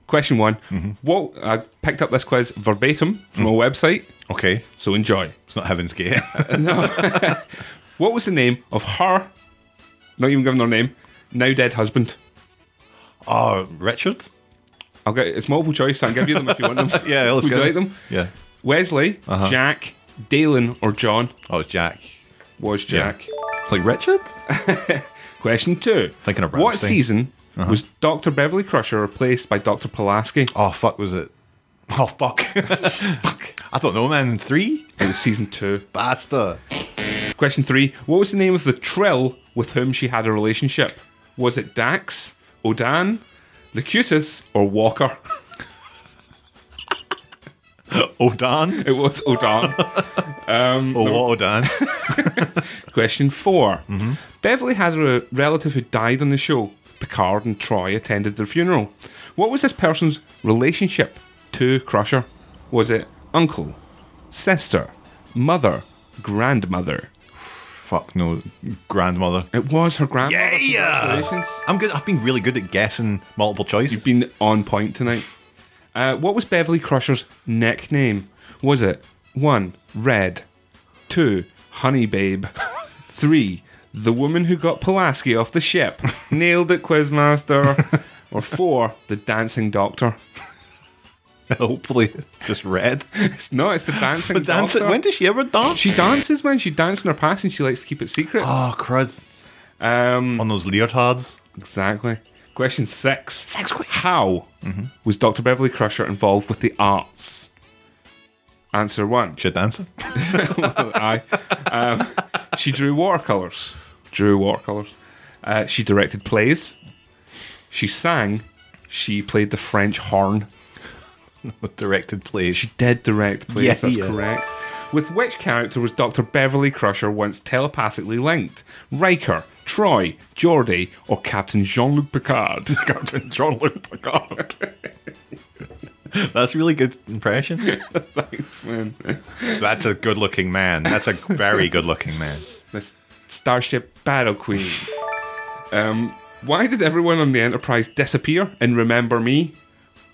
[SPEAKER 2] Question one. What I picked up this quiz verbatim from a website,
[SPEAKER 1] Okay.
[SPEAKER 2] so enjoy.
[SPEAKER 1] It's not Heaven's Gate.
[SPEAKER 2] What was the name of her? Not even giving her name. Now dead husband.
[SPEAKER 1] oh, Richard?
[SPEAKER 2] I'll get it's multiple choice. I can give you them if you want them.
[SPEAKER 1] Yeah, let's
[SPEAKER 2] Would
[SPEAKER 1] go.
[SPEAKER 2] you like them?
[SPEAKER 1] Yeah.
[SPEAKER 2] Wesley, Jack, Dalen, or John
[SPEAKER 1] Oh, it's Jack.
[SPEAKER 2] was
[SPEAKER 1] Yeah.
[SPEAKER 2] Jack.
[SPEAKER 1] It's like Richard?
[SPEAKER 2] Question two.
[SPEAKER 1] Thinking of
[SPEAKER 2] what
[SPEAKER 1] Ramstein. Uh-huh.
[SPEAKER 2] season was Doctor Beverly Crusher replaced by Doctor Pulaski?
[SPEAKER 1] Oh fuck, was it? Oh fuck. I don't know, man. Three
[SPEAKER 2] It was season two.
[SPEAKER 1] basta.
[SPEAKER 2] Question three. What was the name of the Trill with whom she had a relationship? Was it Dax, Odan, Locutus, or Walker?
[SPEAKER 1] Oh Dan.
[SPEAKER 2] It was Odan.
[SPEAKER 1] Oh what? Oh Dan.
[SPEAKER 2] Question 4 Beverly had a re- relative who died on the show. Picard and Troy attended their funeral. What was this person's relationship to Crusher? Was it uncle, sister, mother, grandmother?
[SPEAKER 1] fuck no, grandmother.
[SPEAKER 2] It was her grandmother.
[SPEAKER 1] Yeah.
[SPEAKER 2] Congratulations.
[SPEAKER 1] I'm good. I've been really good at guessing multiple choice.
[SPEAKER 2] been on point tonight. Uh, what was Beverly Crusher's nickname? Was it one Red, two Honey Babe, three the woman who got Pulaski off the ship? Nailed it, Quizmaster. or four the dancing doctor?
[SPEAKER 1] Hopefully, it's just red.
[SPEAKER 2] It's not. It's the dancing
[SPEAKER 1] But dance.
[SPEAKER 2] doctor.
[SPEAKER 1] When does she ever dance?
[SPEAKER 2] she dances when she dances in her past, and she likes to keep it secret.
[SPEAKER 1] Oh crud!
[SPEAKER 2] Um,
[SPEAKER 1] On those leotards.
[SPEAKER 2] exactly. Question six. Six. Mm-hmm. How was Doctor Beverly Crusher involved with the arts? Answer one.
[SPEAKER 1] She a dancer.
[SPEAKER 2] Aye. Um, she drew watercolours. Drew watercolours. Uh, she directed plays. She sang. She played the French horn.
[SPEAKER 1] Directed plays.
[SPEAKER 2] She did direct plays,
[SPEAKER 1] Yeah,
[SPEAKER 2] that's
[SPEAKER 1] yeah.
[SPEAKER 2] correct. With which character was Dr. Beverly Crusher once telepathically linked? Riker, Troy, Geordie, or Captain Jean Luc Picard?
[SPEAKER 1] Captain John Luke Picard. That's a really good impression.
[SPEAKER 2] Thanks, man.
[SPEAKER 1] That's a good looking man. That's a very good looking man.
[SPEAKER 2] The Starship Battle Queen. Um, why did everyone on the Enterprise disappear and remember me?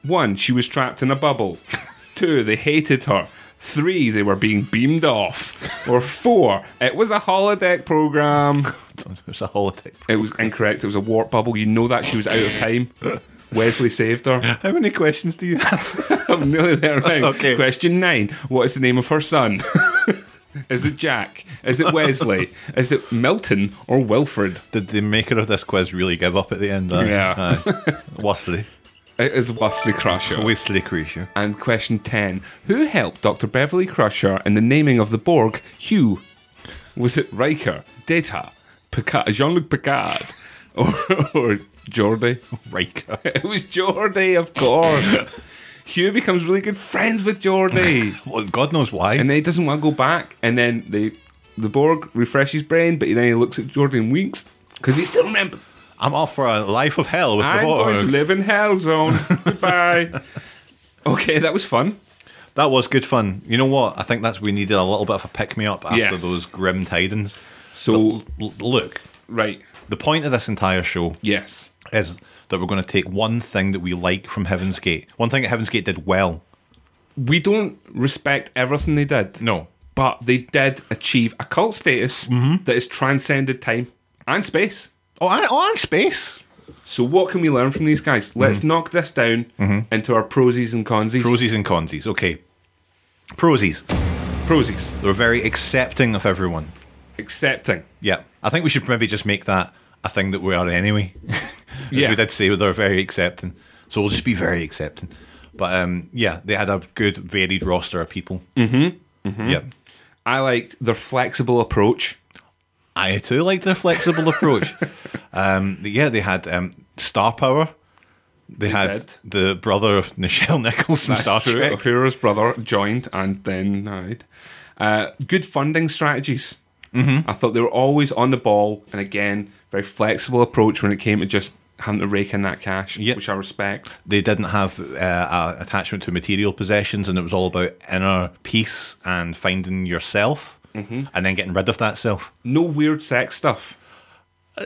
[SPEAKER 2] One, she was trapped in a bubble. Two, they hated her. Three, they were being beamed off. Or four, it was a holodeck program.
[SPEAKER 1] It's a holodeck.
[SPEAKER 2] It was incorrect. It was a warp bubble. You know that she was out of time. Wesley saved her.
[SPEAKER 1] How many questions do you have?
[SPEAKER 2] I'm nearly there now.
[SPEAKER 1] Okay.
[SPEAKER 2] Question nine: What is the name of her son? is it Jack? Is it Wesley? is it Milton or Wilfred?
[SPEAKER 1] Did the maker of this quiz really give up at the end? Uh,
[SPEAKER 2] Yeah.
[SPEAKER 1] Uh, Wesley.
[SPEAKER 2] It Uh, is Wesley Crusher.
[SPEAKER 1] Wesley Creature.
[SPEAKER 2] and question ten: Who helped Dr. Beverly Crusher in the naming of the Borg? Hugh. Was it Riker, Data, Picard, Jean-Luc Picard, or, or Geordie?
[SPEAKER 1] Riker.
[SPEAKER 2] It was Geordie, of course. Hugh becomes really good friends with Geordie.
[SPEAKER 1] Well, God knows why.
[SPEAKER 2] and then he doesn't want to go back. And then the the Borg refresh his brain, but then he looks at Geordie and winks because he still remembers.
[SPEAKER 1] I'm off for a life of hell with the
[SPEAKER 2] I'm
[SPEAKER 1] Borg.
[SPEAKER 2] going to live in Hell Zone. Goodbye. Okay, that was fun.
[SPEAKER 1] That was good fun. You know what? I think that's we needed a little bit of a pick me up after
[SPEAKER 2] Yes.
[SPEAKER 1] those grim tidings.
[SPEAKER 2] So
[SPEAKER 1] L- look,
[SPEAKER 2] right,
[SPEAKER 1] the point of this entire show
[SPEAKER 2] yes,
[SPEAKER 1] is that we're going to take one thing that we like from Heaven's Gate. One thing that Heaven's Gate did well.
[SPEAKER 2] we don't respect everything they did.
[SPEAKER 1] No.
[SPEAKER 2] but they did achieve a cult status that has transcended time and space.
[SPEAKER 1] Oh, and, oh, and space.
[SPEAKER 2] So what can we learn from these guys? Let's knock this down into our prosies and consies.
[SPEAKER 1] Prosies and consies. Okay. Prosies.
[SPEAKER 2] prosies.
[SPEAKER 1] They're very accepting of everyone.
[SPEAKER 2] Accepting.
[SPEAKER 1] Yeah. I think we should maybe just make that a thing that we are anyway. As
[SPEAKER 2] Yeah.
[SPEAKER 1] We did say they're very accepting. So we'll just be very accepting. But um, yeah, they had a good, varied roster of people. Mm-hmm. Yeah.
[SPEAKER 2] I liked their flexible approach.
[SPEAKER 1] I too like their flexible approach. um, yeah, they had um, star power. They, had
[SPEAKER 2] did.
[SPEAKER 1] the brother of Nichelle Nichols from Star
[SPEAKER 2] true.
[SPEAKER 1] Trek.
[SPEAKER 2] Uhura's brother joined and then died. Uh, good funding strategies.
[SPEAKER 1] Mm-hmm.
[SPEAKER 2] I thought they were always on the ball and again, very flexible approach when it came to just having to rake in that cash,
[SPEAKER 1] Yep.
[SPEAKER 2] which I respect.
[SPEAKER 1] They didn't have uh, a attachment to material possessions, and it was all about inner peace and finding yourself,
[SPEAKER 2] Mm-hmm.
[SPEAKER 1] and then getting rid of that self.
[SPEAKER 2] No weird sex stuff.
[SPEAKER 1] No,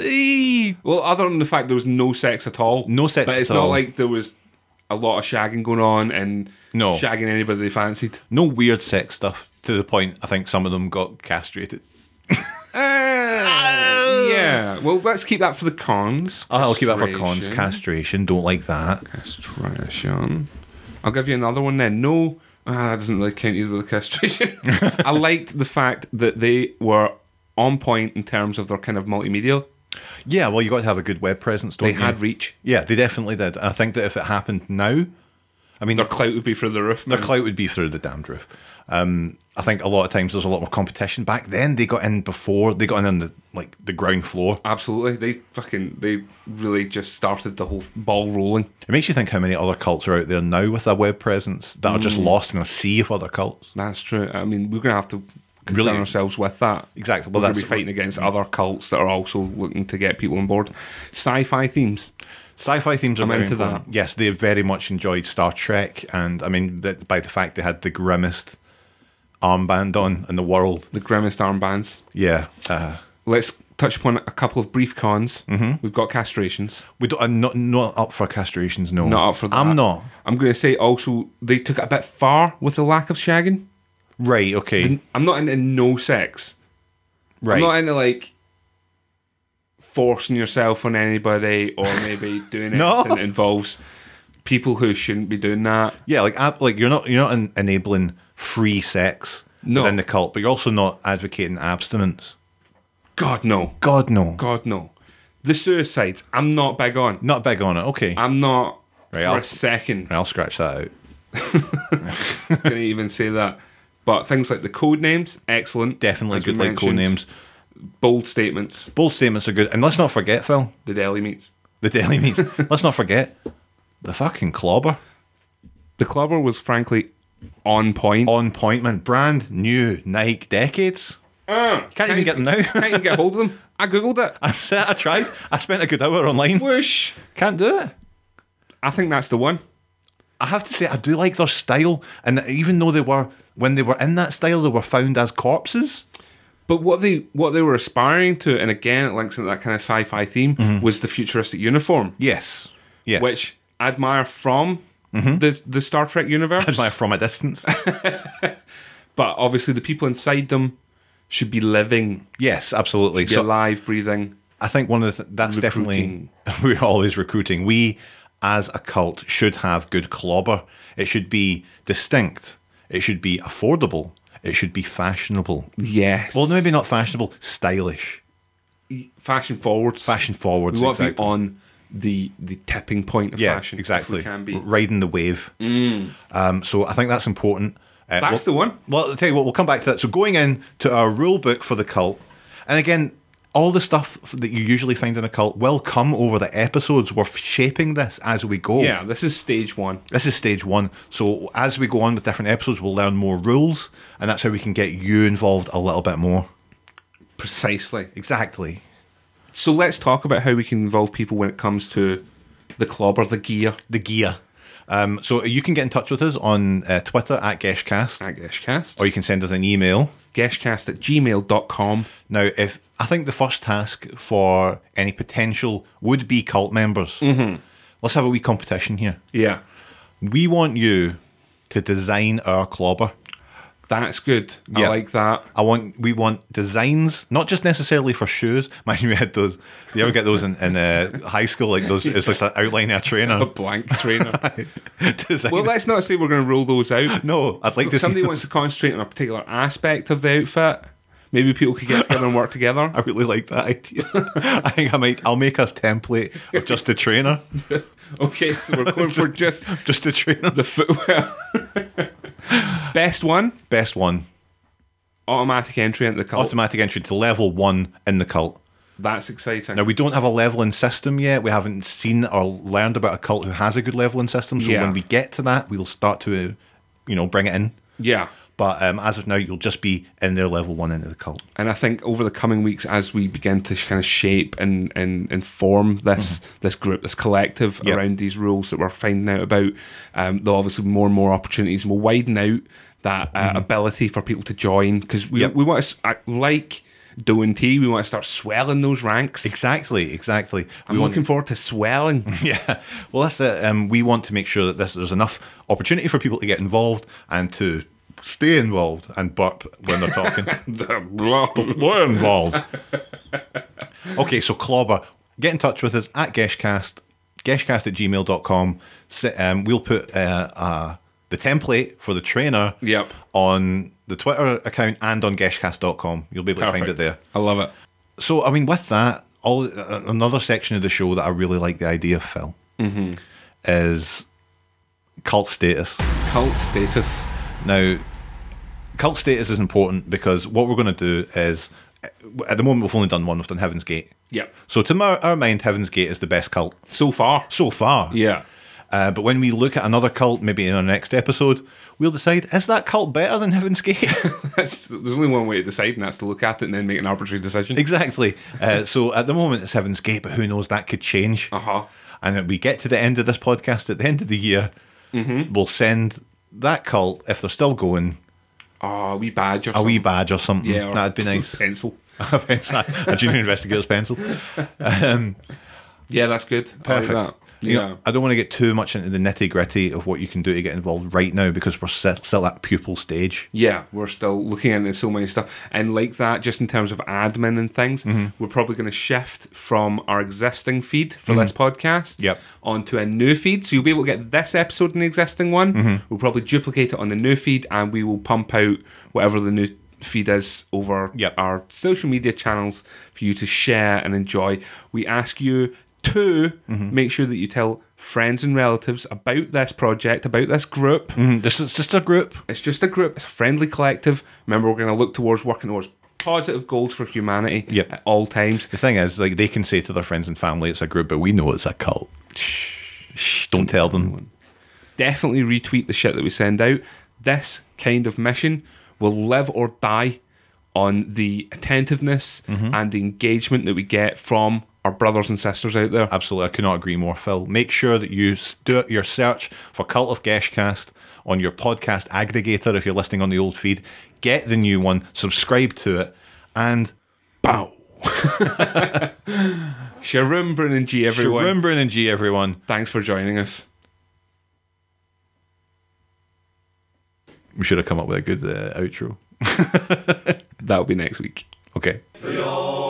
[SPEAKER 2] Well, other than the fact there was no sex at all.
[SPEAKER 1] No sex
[SPEAKER 2] But it's
[SPEAKER 1] at
[SPEAKER 2] not
[SPEAKER 1] all.
[SPEAKER 2] like there was a lot of shagging going on and
[SPEAKER 1] No.
[SPEAKER 2] shagging anybody they fancied.
[SPEAKER 1] weird sex stuff to the point. I think some of them got castrated.
[SPEAKER 2] Ah! yeah. Well, let's keep that for the cons.
[SPEAKER 1] I'll keep that for cons.
[SPEAKER 2] Castration.
[SPEAKER 1] Castration, don't like that.
[SPEAKER 2] Castration. I'll give you another one then. No, ah, that doesn't really count either with the castration. I liked the fact that they were on point in terms of their kind of multimedia.
[SPEAKER 1] Yeah, well, you got to have a good web presence. Don't
[SPEAKER 2] They
[SPEAKER 1] you?
[SPEAKER 2] had reach.
[SPEAKER 1] Yeah, they definitely did. I think that if it happened now, I mean, their,
[SPEAKER 2] Their clout would be through the roof. man.
[SPEAKER 1] clout would be through the damned roof. Um, I think a lot of times there's a lot more competition. Back then, they got in before they got in on the like the ground floor.
[SPEAKER 2] Absolutely. They fucking, they really just started the whole ball rolling.
[SPEAKER 1] It makes you think how many other cults are out there now with a web presence that are
[SPEAKER 2] Mm.
[SPEAKER 1] just lost in a sea of other cults.
[SPEAKER 2] That's true. I mean, we're going to have to concern
[SPEAKER 1] Really-
[SPEAKER 2] ourselves with that.
[SPEAKER 1] Exactly. Well,
[SPEAKER 2] We're going
[SPEAKER 1] that's
[SPEAKER 2] to be fighting against other cults that are also looking to get people on board. Sci-fi themes.
[SPEAKER 1] Sci-fi themes are
[SPEAKER 2] I'm
[SPEAKER 1] very
[SPEAKER 2] into
[SPEAKER 1] important. Yes, they very much enjoyed Star Trek, and I mean that by the fact they had the grimmest armband on in the world.
[SPEAKER 2] The grimmest armbands.
[SPEAKER 1] Yeah, uh,
[SPEAKER 2] Let's touch upon a couple of brief cons. Mm-hmm. We've got castrations.
[SPEAKER 1] we don't. I'm not not up for castrations. No,
[SPEAKER 2] Not up for that.
[SPEAKER 1] I'm not.
[SPEAKER 2] I'm going to say also they took it a bit far with the lack of shagging.
[SPEAKER 1] Right. Okay.
[SPEAKER 2] I'm not into no sex.
[SPEAKER 1] right.
[SPEAKER 2] I'm not into like forcing yourself on anybody or maybe doing anything
[SPEAKER 1] No.
[SPEAKER 2] that involves people who shouldn't be doing that.
[SPEAKER 1] yeah. Like ab- like you're not you're not en- enabling free sex
[SPEAKER 2] No.
[SPEAKER 1] within the cult, but you're also not advocating abstinence.
[SPEAKER 2] God no.
[SPEAKER 1] God no.
[SPEAKER 2] God no. The suicides, I'm not big on.
[SPEAKER 1] Not big on it. Okay.
[SPEAKER 2] I'm not
[SPEAKER 1] Right,
[SPEAKER 2] for
[SPEAKER 1] I'll-
[SPEAKER 2] a second
[SPEAKER 1] I'll scratch that out.
[SPEAKER 2] gonna even say that. But things like the code names, excellent.
[SPEAKER 1] Definitely
[SPEAKER 2] As we
[SPEAKER 1] good like code names.
[SPEAKER 2] mentioned. Bold statements,
[SPEAKER 1] Bold statements are good, and let's not forget Phil.
[SPEAKER 2] the deli meats.
[SPEAKER 1] The Daily Meats. Let's not forget the fucking clobber
[SPEAKER 2] The clubber was frankly on point.
[SPEAKER 1] on point, man. Brand new Nike decades.
[SPEAKER 2] Uh,
[SPEAKER 1] Can't even get them now.
[SPEAKER 2] can't even get hold of them. I googled it.
[SPEAKER 1] I said I tried. I spent a good hour online.
[SPEAKER 2] Whoosh.
[SPEAKER 1] Can't do it.
[SPEAKER 2] I think that's the one.
[SPEAKER 1] I have to say, I do like their style, and even though they were when they were in that style, they were found as corpses.
[SPEAKER 2] But what they what they were aspiring to, and again it links into that kind of sci-fi theme, was the futuristic uniform,
[SPEAKER 1] Yes, Mm-hmm. yes. Mm-hmm.
[SPEAKER 2] which I admire from the the Star Trek universe.
[SPEAKER 1] Admire from a distance.
[SPEAKER 2] But obviously, the people inside them should be living,
[SPEAKER 1] yes, absolutely.
[SPEAKER 2] be
[SPEAKER 1] So
[SPEAKER 2] alive, breathing.
[SPEAKER 1] I think one of the th- that's
[SPEAKER 2] Recruiting.
[SPEAKER 1] definitely we're always recruiting. We as a cult should have good clobber. It should be distinct. It should be affordable. It should be fashionable.
[SPEAKER 2] Yes.
[SPEAKER 1] Well, maybe not fashionable, stylish,
[SPEAKER 2] fashion forward.
[SPEAKER 1] fashion forwards.
[SPEAKER 2] We want to be
[SPEAKER 1] exactly.
[SPEAKER 2] on the the tipping point of
[SPEAKER 1] yeah,
[SPEAKER 2] fashion. if
[SPEAKER 1] exactly.
[SPEAKER 2] we can be. Mm.
[SPEAKER 1] riding the wave. Um, so I think that's important. Uh,
[SPEAKER 2] That's the one.
[SPEAKER 1] Well, I'll tell you what, we'll come back to that. So going in to our rule book for the cult, and again, all the stuff f- that you usually find in a cult will come over the episodes. We're f- shaping this as we go.
[SPEAKER 2] Yeah, this is stage one.
[SPEAKER 1] This is stage one. So as we go on with different episodes, we'll learn more rules, and that's how we can get you involved a little bit more.
[SPEAKER 2] Precisely.
[SPEAKER 1] Exactly.
[SPEAKER 2] So let's talk about how we can involve people when it comes to the clobber, the gear,
[SPEAKER 1] The gear. Um, so you can get in touch with us on uh, Twitter at Geshcast,
[SPEAKER 2] at Geshcast.
[SPEAKER 1] or you can send us an email.
[SPEAKER 2] Geshcast at gmail.com.
[SPEAKER 1] Now, if I think the first task for any potential would be cult members,
[SPEAKER 2] Mm-hmm.
[SPEAKER 1] let's have a wee competition here.
[SPEAKER 2] Yeah.
[SPEAKER 1] We want you to design our clobber.
[SPEAKER 2] That's good. I
[SPEAKER 1] Yeah.
[SPEAKER 2] like that.
[SPEAKER 1] I want we want designs, not just necessarily for shoes. Mind you, we had those. You ever get those in, in uh, high school? Like those, it's like an outline of a
[SPEAKER 2] A
[SPEAKER 1] trainer.
[SPEAKER 2] blank trainer.
[SPEAKER 1] Design.
[SPEAKER 2] well, let's not say we're going to rule those out.
[SPEAKER 1] no, I'd like to
[SPEAKER 2] If somebody
[SPEAKER 1] see.
[SPEAKER 2] wants to concentrate on a particular aspect of the outfit, maybe people could get together and work together.
[SPEAKER 1] I really like that idea. I think I might. I'll make a template of just the trainer,
[SPEAKER 2] Okay, so we're going for just
[SPEAKER 1] just the trainer.
[SPEAKER 2] the
[SPEAKER 1] The
[SPEAKER 2] footwear. Best one,
[SPEAKER 1] best one.
[SPEAKER 2] automatic entry into the cult.
[SPEAKER 1] Automatic entry to level one in the cult.
[SPEAKER 2] That's exciting.
[SPEAKER 1] Now we don't have a leveling system yet. We haven't seen or learned about a cult who has a good leveling system. So
[SPEAKER 2] Yeah.
[SPEAKER 1] when we get to that, we'll start to, you know, bring it in.
[SPEAKER 2] Yeah.
[SPEAKER 1] But um, as of now, you'll just be in their level one end of the cult.
[SPEAKER 2] And I think over the coming weeks, as we begin to kind of shape and and, and form this
[SPEAKER 1] Mm-hmm.
[SPEAKER 2] this group, this collective
[SPEAKER 1] Yeah.
[SPEAKER 2] around these rules that we're finding out about, um, there'll obviously be more and more opportunities. We'll widen out that uh, ability for people to join because we
[SPEAKER 1] Mm-hmm. Yep.
[SPEAKER 2] we want to like doing tea. We want to start swelling those ranks.
[SPEAKER 1] Exactly, exactly.
[SPEAKER 2] I'm looking forward to swelling.
[SPEAKER 1] yeah. Well, that's it. Um, we want to make sure that this, there's enough opportunity for people to get involved and to stay involved and burp when they're talking.
[SPEAKER 2] The blah.
[SPEAKER 1] We're involved. okay, so Clobber, get in touch with us at Geshcast, geshcast at gmail.com. S- Um, we'll put uh, uh, the template for the trainer
[SPEAKER 2] Yep.
[SPEAKER 1] on the Twitter account and on geshcast.com. You'll be able to find it
[SPEAKER 2] Perfect.
[SPEAKER 1] there.
[SPEAKER 2] I love it.
[SPEAKER 1] So, I mean, with that, all uh, another section of the show that I really like the idea of, Phil,
[SPEAKER 2] Mm-hmm.
[SPEAKER 1] is cult status.
[SPEAKER 2] Cult status.
[SPEAKER 1] Now, cult status is important because what we're going to do is, at the moment, we've only done one. We've done Heaven's Gate.
[SPEAKER 2] Yep.
[SPEAKER 1] So, to my, our mind, Heaven's Gate is the best cult
[SPEAKER 2] So far.
[SPEAKER 1] so far.
[SPEAKER 2] Yeah.
[SPEAKER 1] Uh, but when we look at another cult, maybe in our next episode, we'll decide is that cult better than Heaven's Gate?
[SPEAKER 2] That's, there's only one way to decide, and that's to look at it and then make an arbitrary decision.
[SPEAKER 1] exactly. Uh, so, at the moment, it's Heaven's Gate, but who knows? That could change.
[SPEAKER 2] Uh huh.
[SPEAKER 1] And then we get to the end of this podcast at the end of the year,
[SPEAKER 2] Mm-hmm.
[SPEAKER 1] we'll send that cult, if they're still going,
[SPEAKER 2] Oh, a wee badge or
[SPEAKER 1] a
[SPEAKER 2] something.
[SPEAKER 1] wee badge or something.
[SPEAKER 2] yeah, or
[SPEAKER 1] That'd be nice.
[SPEAKER 2] Pencil.
[SPEAKER 1] a pencil, a junior investigator's pencil.
[SPEAKER 2] Yeah, that's good.
[SPEAKER 1] Perfect.
[SPEAKER 2] I like that.
[SPEAKER 1] You
[SPEAKER 2] Yeah.
[SPEAKER 1] know, I don't want to get too much into the nitty gritty of what you can do to get involved right now because we're still, still at pupil stage.
[SPEAKER 2] yeah, we're still looking into so many stuff. And like that, just in terms of admin and things,
[SPEAKER 1] Mm-hmm.
[SPEAKER 2] we're probably going to shift from our existing feed for this podcast
[SPEAKER 1] Mm-hmm. Yep.
[SPEAKER 2] onto a new feed. So you'll be able to get this episode in the existing one.
[SPEAKER 1] Mm-hmm.
[SPEAKER 2] We'll probably duplicate it on the new feed and we will pump out whatever the new feed is over
[SPEAKER 1] Yep.
[SPEAKER 2] our social media channels for you to share and enjoy. We ask you to
[SPEAKER 1] Mm-hmm.
[SPEAKER 2] make sure that you tell friends and relatives about this project, about this group.
[SPEAKER 1] Mm, This is just a group.
[SPEAKER 2] It's just a group. It's a friendly collective. Remember, we're going to look towards working towards positive goals for humanity
[SPEAKER 1] Yep.
[SPEAKER 2] at all times.
[SPEAKER 1] The thing is, like they can say to their friends and family it's a group, but we know it's a cult. Shh, shh don't tell them.
[SPEAKER 2] Definitely retweet the shit that we send out. This kind of mission will live or die on the attentiveness and the engagement that we get from our brothers and sisters out there.
[SPEAKER 1] Absolutely, I cannot agree more, Phil. Make sure that you s- do your search for Cult of Geshcast on your podcast aggregator if you're listening on the old feed. Get the new one, subscribe to it, and
[SPEAKER 2] Bow. Sharoon, Brun, and G, everyone.
[SPEAKER 1] Sharoon Brun and G, everyone.
[SPEAKER 2] Thanks for joining us.
[SPEAKER 1] We should have come up with a good uh, outro.
[SPEAKER 2] That'll be next week.
[SPEAKER 1] Okay.
[SPEAKER 3] Your